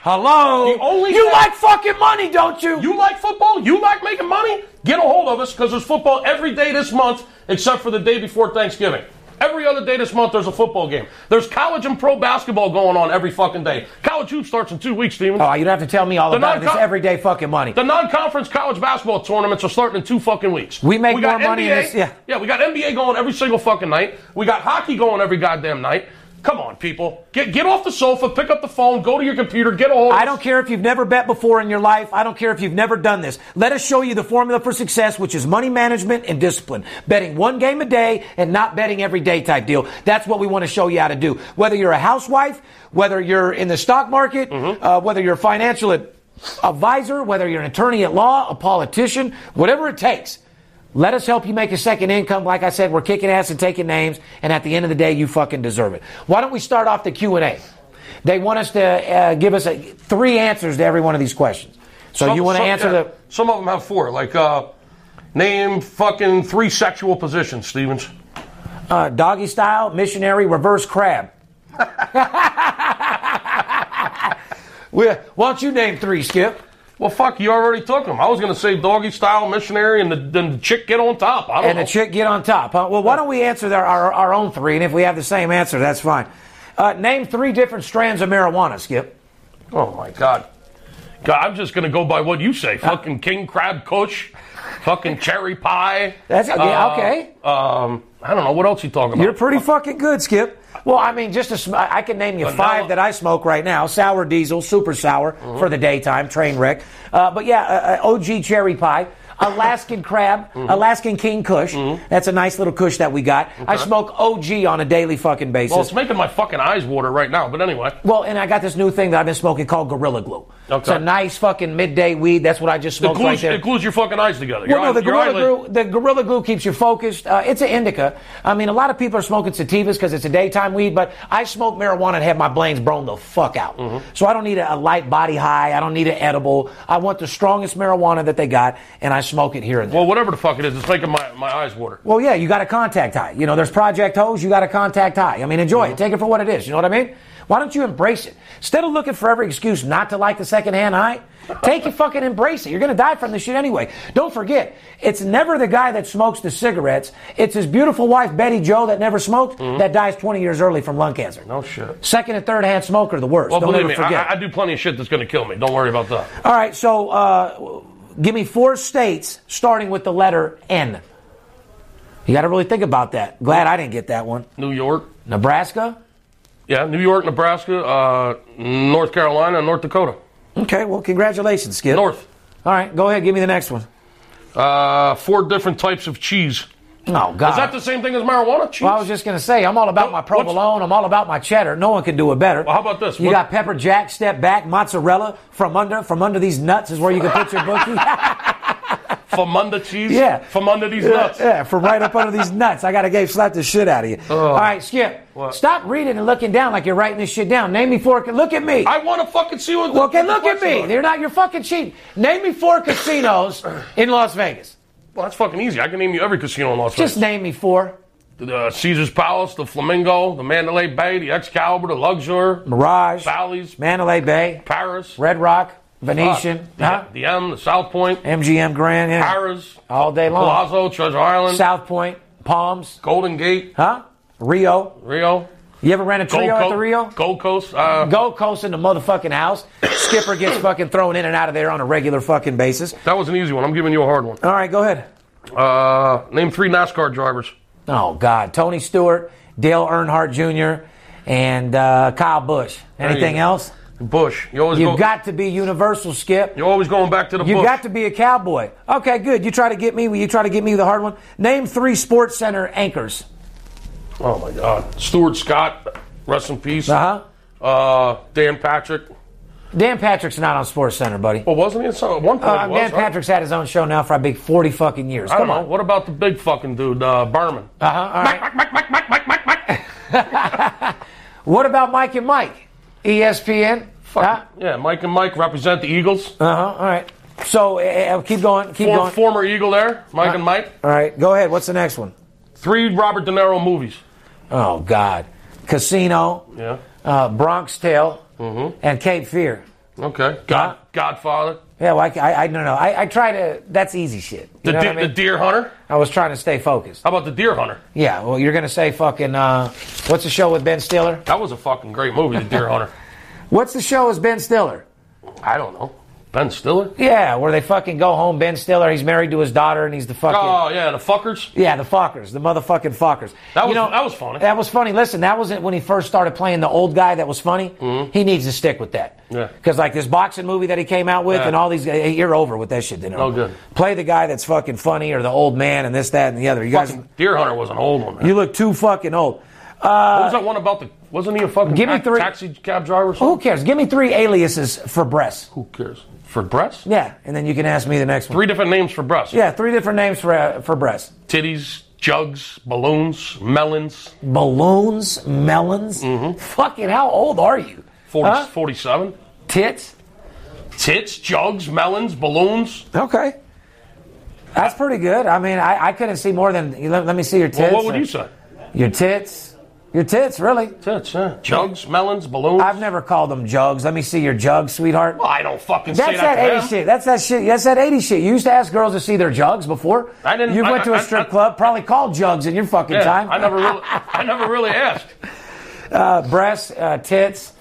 S1: Hello.
S3: The only
S1: you
S3: thing-
S1: like fucking money, don't you?
S3: You like football? You like making money? Get a hold of us because there's football every day this month except for the day before Thanksgiving. Every other day this month, there's a football game. There's college and pro basketball going on every fucking day. College hoop starts in two weeks, Steven.
S1: Oh, you don't have to tell me all
S3: The
S1: about it. It's
S3: non-con-
S1: everyday fucking money.
S3: The non-conference college basketball tournaments are starting in two fucking weeks.
S1: We make
S3: got
S1: more money in this- yeah.
S3: yeah, we got NBA going every single fucking night. We got hockey going every goddamn night. Come on, people, get get off the sofa, pick up the phone, go to your computer, get a hold. of
S1: I
S3: us.
S1: don't care if you've never bet before in your life. I don't care if you've never done this. Let us show you the formula for success, which is money management and discipline. Betting one game a day and not betting every day type deal. That's what we want to show you how to do. Whether you're a housewife, whether you're in the stock market, uh, whether you're a financial ad- advisor, whether you're an attorney at law, a politician, whatever it takes. Let us help you make a second income. Like I said, we're kicking ass and taking names, and at the end of the day, you fucking deserve it. Why don't we start off the Q and A? They want us to uh, give us a, three answers to every one of these questions. So
S3: Some-
S1: you want to
S3: some-
S1: answer
S3: yeah,
S1: the
S3: Some of them have four. Like, uh, name fucking three sexual positions, Stevens.
S1: uh, doggy style, missionary, reverse crab. we, why don't you name three, Skip?
S3: Well, fuck, you already took them. I was gonna say doggy style missionary and the, then the chick get on top. I don't
S1: And
S3: know.
S1: the chick get on top. Huh? Well, why don't we answer their, our, our own three? And if we have the same answer, that's fine. Uh, name three different strands of marijuana, Skip.
S3: Oh my god. God, I'm just gonna go by what you say.
S1: Uh,
S3: Fucking king crab kush, fucking cherry pie.
S1: That's okay.
S3: Uh,
S1: okay.
S3: Um, I don't know what else you talking about.
S1: You're pretty fucking good, Skip. Well, I mean, just a sm- I I can name you
S3: But
S1: five
S3: now-
S1: that I smoke right now: sour diesel, super sour
S3: Mm-hmm.
S1: for the daytime, train wreck. Uh, but yeah, uh, uh, OG cherry pie, Alaskan crab,
S3: Mm-hmm.
S1: Alaskan king kush. That's a nice little kush that we got. I smoke OG on a daily fucking basis.
S3: Well, it's making my fucking eyes water right now. But anyway,
S1: Well, and I got this new thing that I've been smoking called Gorilla Glue.
S3: Okay.
S1: It's a nice fucking midday weed. That's what I just
S3: it
S1: smoked right
S3: glues,
S1: there.
S3: it glues your fucking eyes together.
S1: Well,
S3: your
S1: no, the
S3: eye- your
S1: gorilla,
S3: eyelid-
S1: glue, the gorilla glue keeps you focused. Uh, it's an indica. I mean, a lot of people are smoking sativas because it's a daytime weed, but I smoke marijuana and have my brains blown the fuck out.
S3: Mm-hmm.
S1: So I don't need a, a light body high. I don't need an edible. I want the strongest marijuana that they got, and I smoke it here and there.
S3: Well, whatever the fuck it is, it's making my, my eyes water.
S1: Well, yeah, you got a contact high. You know, there's Project Hose, you got a contact high. I mean, enjoy it. Take it for what it is. You know what I mean? Why don't you embrace it? Instead of looking for every excuse not to like the secondhand high, take it fucking embrace it. You're going to die from this shit anyway. Don't forget, it's never the guy that smokes the cigarettes. It's his beautiful wife, Betty Joe, that never smoked, that dies 20 years early from lung cancer.
S3: Mm-hmm. No shit.
S1: Second and third hand smoker are the worst.
S3: Well,
S1: Oh, Don't
S3: believe
S1: ever
S3: me,
S1: forget.
S3: I, I do plenty of shit that's gonna kill me. Don't worry about that.
S1: All right, so uh, give me four states starting with the letter N. You got to really think about that. Glad I didn't get that one.
S3: New York,
S1: Nebraska.
S3: yeah, New York, Nebraska, uh, North Carolina, North Dakota,
S1: Okay, well, congratulations, Skip.
S3: North.
S1: All right, go ahead, give me the next one.
S3: Uh, four different types of cheese.
S1: Oh God.
S3: Is that the same thing as marijuana? Cheese?
S1: well, I was just gonna say, I'm all about my
S3: What- what's-
S1: provolone. I'm all about my cheddar. No one can do it better.
S3: Well, how about this?
S1: You
S3: What-
S1: got pepper jack, step back, mozzarella from under from under these nuts is where you can put your bookie.
S3: From under cheese?
S1: Yeah.
S3: From under these nuts.
S1: Yeah, from right up under these nuts. I gotta gave slap the shit out of you.
S3: Oh.
S1: All right, Skip. Stop reading and looking down like you're writing this shit down. Name me four. Look at me.
S3: I want to fucking see what. the-
S1: well, okay,
S3: what the
S1: look at
S3: questions
S1: me.
S3: are.
S1: They're not. You're fucking cheating. Name me four casinos in Las Vegas.
S3: Well, that's fucking easy. I can name you every casino in Las
S1: Just
S3: Vegas.
S1: name me four.
S3: The uh, Caesar's Palace, the Flamingo, the Mandalay Bay, the Excalibur, the Luxor,
S1: Mirage,
S3: Bally's,
S1: Mandalay Bay,
S3: Paris,
S1: Red Rock,
S3: Fuck.
S1: Venetian,
S3: the,
S1: huh?
S3: the M, the South Point,
S1: MGM Grand, yeah.
S3: Paris,
S1: all day long.
S3: Palazzo, Treasure Island,
S1: South Point, Palms,
S3: Golden Gate,
S1: huh? Rio.
S3: Rio,
S1: You ever ran a trio at the
S3: Co-
S1: Rio?
S3: Gold Coast. Uh,
S1: Gold Coast in the motherfucking house. Skipper gets fucking thrown in and out of there on a regular fucking basis.
S3: that was an easy one. I'm giving you a hard one.
S1: All right, go ahead.
S3: Uh, name three NASCAR drivers.
S1: Oh God, Tony Stewart, Dale Earnhardt Jr., and uh, Kyle Busch.
S3: you
S1: Anything
S3: go.
S1: else?
S3: Bush. You always go,
S1: You've got to be universal, Skip.
S3: You're always going back to the
S1: You
S3: Bush.
S1: got to be a cowboy. Okay, good. You try to get me. You try to get me the hard one. Name three Sports Center anchors.
S3: Oh my God, Stuart Scott, rest in peace.
S1: Uh
S3: huh. Uh, Dan Patrick.
S1: Dan Patrick's not on Sports Center, buddy.
S3: Well, wasn't he at some- at one point?
S1: Uh,
S3: he Oh, was,
S1: Dan
S3: right?
S1: Patrick's had his own show now for I big forty fucking years.
S3: I don't
S1: Come
S3: know.
S1: on.
S3: What about the big fucking dude, uh, Berman?
S1: Uh huh. All right. What about Mike and Mike? E ESPN. Huh?
S3: Yeah, Mike and Mike represent the Eagles.
S1: Uh huh. All right. So uh, uh, keep going. Keep
S3: Form-
S1: going.
S3: former Eagle there, Mike and Mike.
S1: All right. Go ahead. What's the next one?
S3: Three Robert De Niro movies.
S1: Oh God. Casino.
S3: Yeah. Mm-hmm.
S1: Uh, Bronx Tale. And Cape Fear.
S3: Okay. God, Godfather.
S1: Yeah, well, I, I, I no, no. I, I try to. That's easy shit. You
S3: The,
S1: know
S3: de-
S1: what I mean?
S3: the deer hunter.
S1: I was trying to stay focused.
S3: How about the deer hunter?
S1: Yeah, well, you're gonna say fucking. Uh, what's the show with Ben Stiller?
S3: That was a fucking great movie, the deer hunter.
S1: What's the show with Ben Stiller?
S3: I don't know. Ben Stiller.
S1: Yeah, where they fucking go home. Ben Stiller, he's married to his daughter, and he's the fucking.
S3: Oh yeah, the fuckers.
S1: Yeah, the fuckers, the motherfucking fuckers.
S3: That was- that was funny.
S1: That was funny. Listen, that wasn't when he first started playing the old guy. That was funny. He needs to stick with that.
S3: Mm-hmm. Yeah.
S1: Because like this boxing movie that he came out with,
S3: Yeah.
S1: and all these, eh, you're over with that shit. Then
S3: No good.
S1: Play the guy that's fucking funny, or the old man, and this, that, and the other. You guys,
S3: Fucking deer hunter was an old one. Man.
S1: you look too fucking old.
S3: what was that one about the? Wasn't he a fucking
S1: Give me
S3: tax-
S1: three-
S3: taxi cab driver? Or
S1: Who
S3: something?
S1: cares? Give me three aliases for breasts.
S3: Who cares? For breasts?
S1: Yeah, and then you can ask me the next one.
S3: Three different names for breasts.
S1: Yeah, three different names for uh, for breasts.
S3: Titties, jugs, balloons, melons.
S1: Balloons, melons.
S3: Mm-hmm.
S1: Fucking, how old are you?
S3: 40,
S1: Huh?
S3: 47.
S1: Tits.
S3: Tits, jugs, melons, balloons.
S1: Okay. That's pretty good. I mean, I, I couldn't see more than. you Let, let me see your tits. uh,
S3: Well, what would you say?
S1: Your tits. Your tits, really.
S3: Tits, yeah. Jugs, melons, balloons.
S1: I've never called them jugs. Let me see your jugs, sweetheart.
S3: Well, I don't fucking
S1: That's
S3: say
S1: that
S3: that,
S1: 80
S3: to them.
S1: shit. That's that shit. That's that 80 shit. You used to ask girls to see their jugs before.
S3: I didn't-
S1: You
S3: I-
S1: went to
S3: I-
S1: a
S3: I-
S1: strip
S3: I-
S1: club, probably called jugs in your fucking
S3: Yeah,
S1: time.
S3: I never really, I never really asked.
S1: Uh, breasts, uh, tits.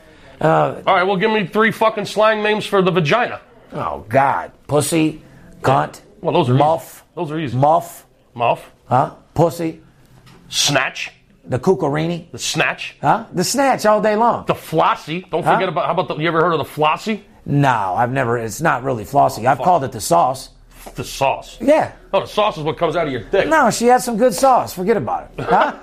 S3: All right, well, give me three fucking slang names for the vagina.
S1: Oh, God. Pussy. Cunt.
S3: Well, those are
S1: Muff.
S3: easy. Those are easy.
S1: Muff.
S3: Muff.
S1: Huh? Pussy.
S3: Snatch.
S1: The cuckorini.
S3: The snatch.
S1: Huh? The snatch all day long.
S3: The flossy. Don't forget about, how about the, you ever heard of the flossy?
S1: No, I've never. It's not really flossy. I've called it the sauce.
S3: The sauce.
S1: Yeah.
S3: No, the sauce is what comes out of your dick.
S1: No, she had some good sauce. Forget about it. Huh?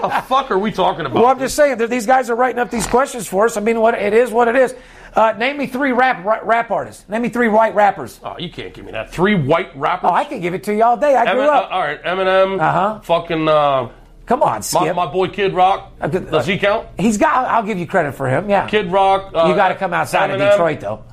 S3: What the fuck are we talking about?
S1: well, I'm just saying that these guys are writing up these questions for us. I mean, what it is, what it is. Uh, name me three rap ra- rap artists. Name me three white rappers.
S3: Oh, you can't give me that. Three white rappers.
S1: Oh, I can give it to you all day. I
S3: Emin-
S1: grew
S3: uh,
S1: up.
S3: all right, Eminem.
S1: Uh-huh.
S3: Fucking uh,
S1: Come on,
S3: my,
S1: Skip.
S3: my boy Kid Rock.
S1: I could-
S3: Does he count?
S1: He's got. I'll give you credit for him. Yeah.
S3: Kid Rock. Uh,
S1: you got to come outside
S3: Eminem.
S1: of Detroit though.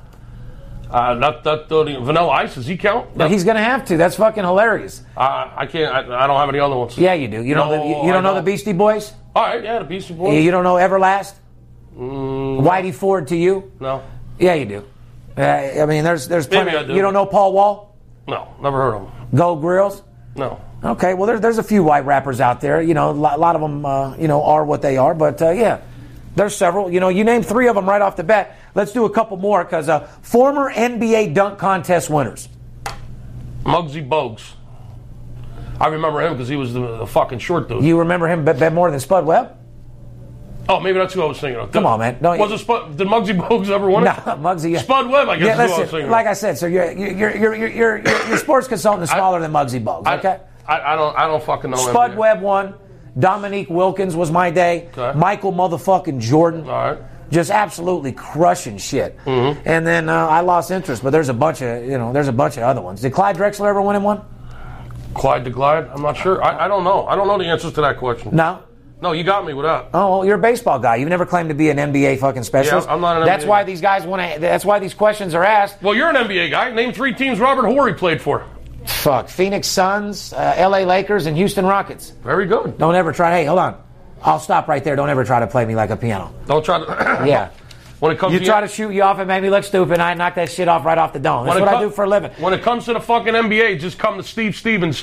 S3: Uh, not that uh, Vanilla Ice. Does he count?
S1: But he's gonna have to. That's fucking hilarious.
S3: I, I can't. I, I don't have any other ones.
S1: Yeah, you do. You don't.
S3: No,
S1: know the, you, you
S3: I
S1: don't know the
S3: don't.
S1: Beastie Boys.
S3: All right. Yeah, the Beastie
S1: You
S3: Boys.
S1: you don't know Everlast. Whitey Ford to you.
S3: No.
S1: Yeah, you do. Uh, I mean, there's there's plenty.
S3: Maybe I do.
S1: You don't know Paul Wall,
S3: No. Never heard of him.
S1: Gold Grills.
S3: No.
S1: Okay, well there, there's a few white rappers out there. You know, a lot, lot of them, uh, you know, are what they are. But uh, yeah, there's several. You know, you name three of them right off the bat. Let's do a couple more because uh, former NBA dunk contest winners.
S3: Muggsy Bogues. I remember him because he was the, the fucking short dude.
S1: You remember him a bit more than Spud Webb?
S3: oh, maybe that's who I was thinking of.
S1: Come on, man. Don't you-
S3: was it Spud? Did Muggsy Bogues ever win?
S1: No,
S3: it?
S1: Muggsy. yeah.
S3: Spud Webb, I guess,
S1: Yeah,
S3: is who I was
S1: listen,
S3: thinking of.
S1: like I said, so your your your your your, your, your sports consultant is smaller than Muggsy Bogues.
S3: I-
S1: Okay.
S3: I, I don't. I don't fucking know.
S1: Spud
S3: NBA.
S1: Webb won. Dominique Wilkins was my day.
S3: Okay.
S1: Michael motherfucking Jordan.
S3: All right.
S1: Just absolutely crushing shit.
S3: Mm-hmm.
S1: And then uh, I lost interest, but there's a bunch of you know there's a bunch of other ones. Did Clyde Drexler ever win in one?
S3: Clyde the Glide. I'm not sure. I, I don't know. I don't know the answers to that question.
S1: No.
S3: No, you got me with that.
S1: Oh, well, you're a baseball guy. You've never claimed to be an NBA fucking specialist.
S3: I'm not an
S1: that's
S3: NBA
S1: why
S3: guy.
S1: these guys want to. That's why these questions are asked.
S3: Well, you're an NBA guy. Name three teams Robert Horry played for.
S1: Fuck, Phoenix Suns, uh, L.A. Lakers, and Houston Rockets.
S3: Very good.
S1: Don't ever try. Hey, hold on. I'll stop right there. Don't ever try to play me like a piano.
S3: Don't try to.
S1: Yeah.
S3: When it comes,
S1: You
S3: to
S1: try to shoot you off and make me look stupid. I knock that shit off right off the dome. That's
S3: When it
S1: what I
S3: co-
S1: do for a living.
S3: When it comes to the fucking NBA, just come to Steve Stevens,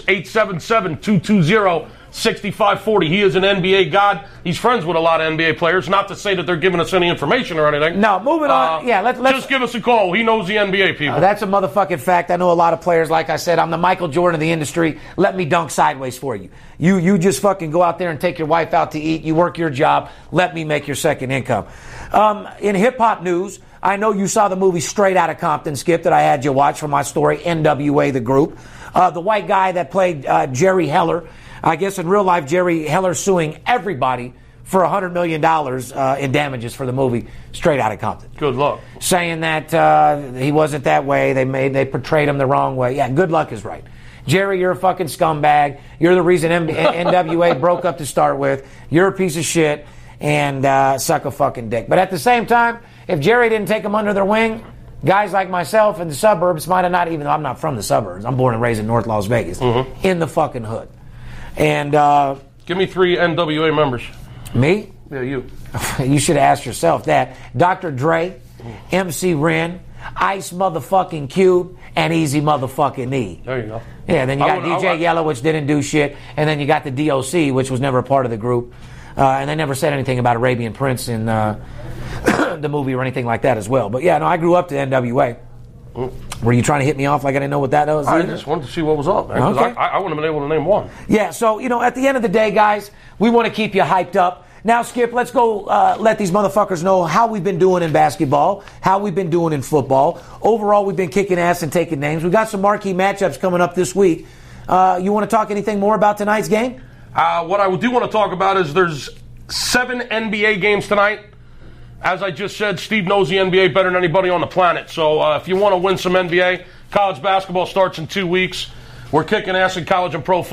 S3: 877-220-6540. He is an NBA god. He's friends with a lot of NBA players. Not to say that they're giving us any information or anything.
S1: No, moving on. Uh, Yeah, let- let's-
S3: Uh,
S1: Oh,
S3: just give us a call. He knows the NBA people.
S1: Uh, That's a motherfucking fact. I know a lot of players. Like I said, I'm the Michael Jordan of the industry. Let me dunk sideways for you. You you just fucking go out there and take your wife out to eat. You work your job. Let me make your second income. Um, in hip hop news, I know you saw the movie Straight Outta Compton, Skip, that I had you watch for my story. N.W.A. the group, uh, the white guy that played uh, Jerry Heller. I guess in real life, Jerry Heller suing everybody for $100 million uh, in damages for the movie Straight Outta Compton
S3: Good luck.
S1: saying that uh, he wasn't that way. They made they portrayed him the wrong way. Yeah, good luck is right. Jerry, you're a fucking scumbag. You're the reason M- NWA broke up to start with. You're a piece of shit and uh, suck a fucking dick. But at the same time, if Jerry didn't take him under their wing, guys like myself in the suburbs might have not even. I'm not from the suburbs. I'm born and raised in North Las Vegas, in the fucking hood. And uh,
S3: Give me three NWA members.
S1: me,
S3: Yeah, you.
S1: you should have asked yourself that. Dr. Dre, MC Ren. Ice motherfucking Cube and Easy motherfucking E.
S3: There you go.
S1: Yeah, then you
S3: I
S1: got
S3: wanna- I
S1: DJ
S3: wanna-
S1: Yellow, which didn't do shit, and then you got the DOC, which was never a part of the group, uh, and they never said anything about Arabian Prince in uh, the movie or anything like that as well. But yeah, no, I grew up to NWA. Were you trying to hit me off like I didn't know what that was?
S3: Mm. I
S1: either?
S3: just wanted to see what was up, man. 'cause
S1: Okay.
S3: I, I, I wouldn't have been able to name one.
S1: Yeah, so, you know, at the end of the day, guys, we want to keep you hyped up. Now, Skip, let's go uh, let these motherfuckers know how we've been doing in basketball, how we've been doing in football. Overall, we've been kicking ass and taking names. We've got some marquee matchups coming up this week. Uh, you want to talk anything more about tonight's game?
S3: Uh, what I do want to talk about is there's seven NBA games tonight. As I just said, Steve knows the NBA better than anybody on the planet. So uh, if you want to win some NBA, college basketball starts in two weeks. We're kicking ass in college and pro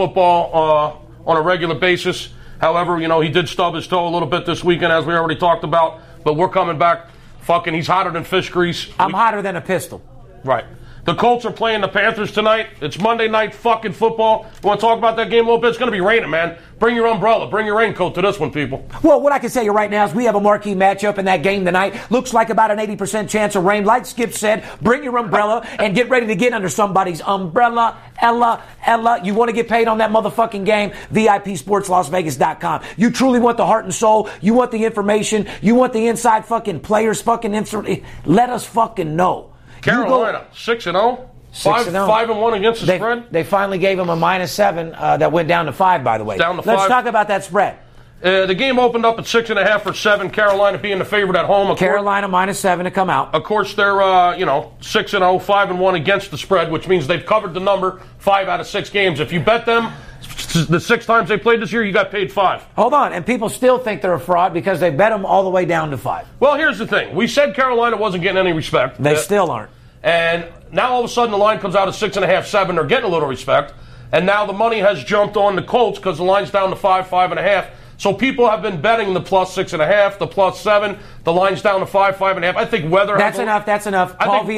S3: football uh, on a regular basis. However, you know he did stub his toe a little bit this weekend, as we already talked about. But we're coming back. Fucking, he's hotter than fish grease.
S1: I'm hotter than a pistol.
S3: Right. The Colts are playing the Panthers tonight. It's Monday night fucking football. You want to talk about that game a little bit? It's going to be raining, man. Bring your umbrella. Bring your raincoat to this one, people.
S1: Well, what I can tell you right now is we have a marquee matchup in that game tonight. Looks like about an 80% chance of rain. Like Skip said, bring your umbrella and get ready to get under somebody's umbrella. Ella, Ella, you want to get paid on that motherfucking game? VIPSportsLasVegas.com. You truly want the heart and soul. You want the information. You want the inside fucking players fucking info. Let us fucking know. You go-
S3: Carolina, 6 and 0. 5
S1: and oh.
S3: 5 and 1 against the
S1: they,
S3: spread.
S1: They finally gave him a minus seven uh, that went down to five, by the way.
S3: Down to
S1: Let's
S3: five.
S1: talk about that spread.
S3: Uh, the game opened up at 6.5 or 7. Carolina being the favorite at home. Of course-
S1: Carolina minus seven to come out.
S3: Of course, they're uh, you know six and 0, 5 and one against the spread, which means they've covered the number five out of six games. If you bet them, s- the six times they played this year, you got paid five.
S1: Hold on, and people still think they're a fraud because they bet them all the way down to five.
S3: Well, here's the thing: we said Carolina wasn't getting any respect.
S1: They
S3: Uh,
S1: still aren't.
S3: And now all of a sudden the line comes out at six and a half, seven. They're getting a little respect. And now the money has jumped on the Colts because the line's down to five, five and a half. So people have been betting the plus six and a half, the plus seven. The line's down to five, five and a half. I think weather.
S1: That's
S3: has a-
S1: enough. That's enough.
S3: I
S1: Call
S3: think-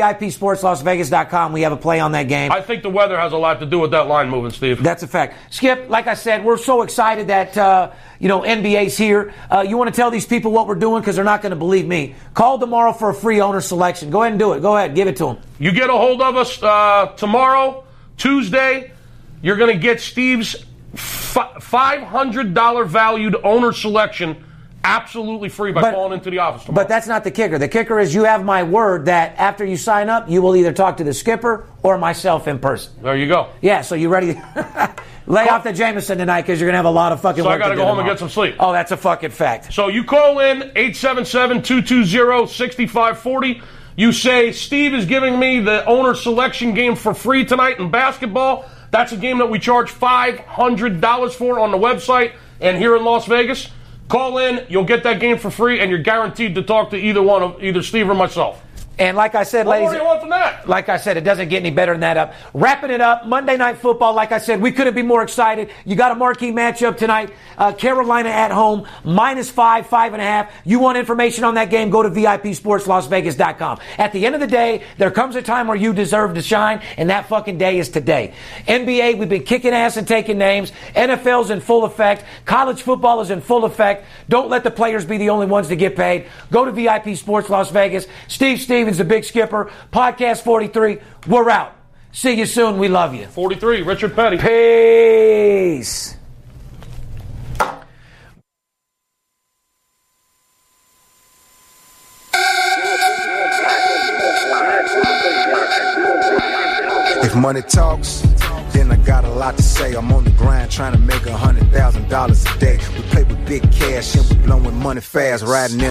S1: VIPSportsLasVegas.com. We have a play on that game.
S3: I think the weather has a lot to do with that line moving, Steve.
S1: That's a fact. Skip, like I said, we're so excited that uh, you know NBA's here. Uh, you want to tell these people what we're doing because they're not going to believe me. Call tomorrow for a free owner selection. Go ahead and do it. Go ahead, give it to them.
S3: You get a hold of us uh, tomorrow, Tuesday. You're going to get Steve's fi- $500 valued owner selection absolutely free by
S1: But-
S3: calling into the office tomorrow.
S1: But that's not the kicker. The kicker is you have my word that after you sign up, you will either talk to the skipper or myself in person.
S3: there you go.
S1: Yeah, so you ready? Lay off the Jameson tonight because you're gonna have a lot of fucking.
S3: So I
S1: work
S3: gotta
S1: to
S3: go
S1: do
S3: home and
S1: tomorrow.
S3: get some sleep.
S1: Oh, that's a fucking fact.
S3: So you call in 877-220-6540. You say Steve is giving me the owner selection game for free tonight in basketball. That's a game that we charge $500 for on the website and here in Las Vegas. Call in, you'll get that game for free and you're guaranteed to talk to either one of either Steve or myself.
S1: And like I said,
S3: What
S1: ladies,
S3: more do you want from that?
S1: like I said, it doesn't get any better than that. Up wrapping it up. Monday night football. Like I said, we couldn't be more excited. You got a marquee matchup tonight. Uh, Carolina at home, minus five, five and a half. You want information on that game? Go to VIPSportsLasVegas.com. At the end of the day, there comes a time where you deserve to shine, and that fucking day is today. NBA, we've been kicking ass and taking names. NFL's in full effect. College football is in full effect. Don't let the players be the only ones to get paid. Go to VIP Sports Las Vegas. Steve Stevens, the big skipper. Podcast 43. We're out. See you soon. We love you.
S3: 43, Richard Petty.
S1: Peace.
S2: If money talks, then I got a lot to say. I'm on the grind trying to make a hundred thousand dollars a day. We play with big cash and we blowing money fast, riding in.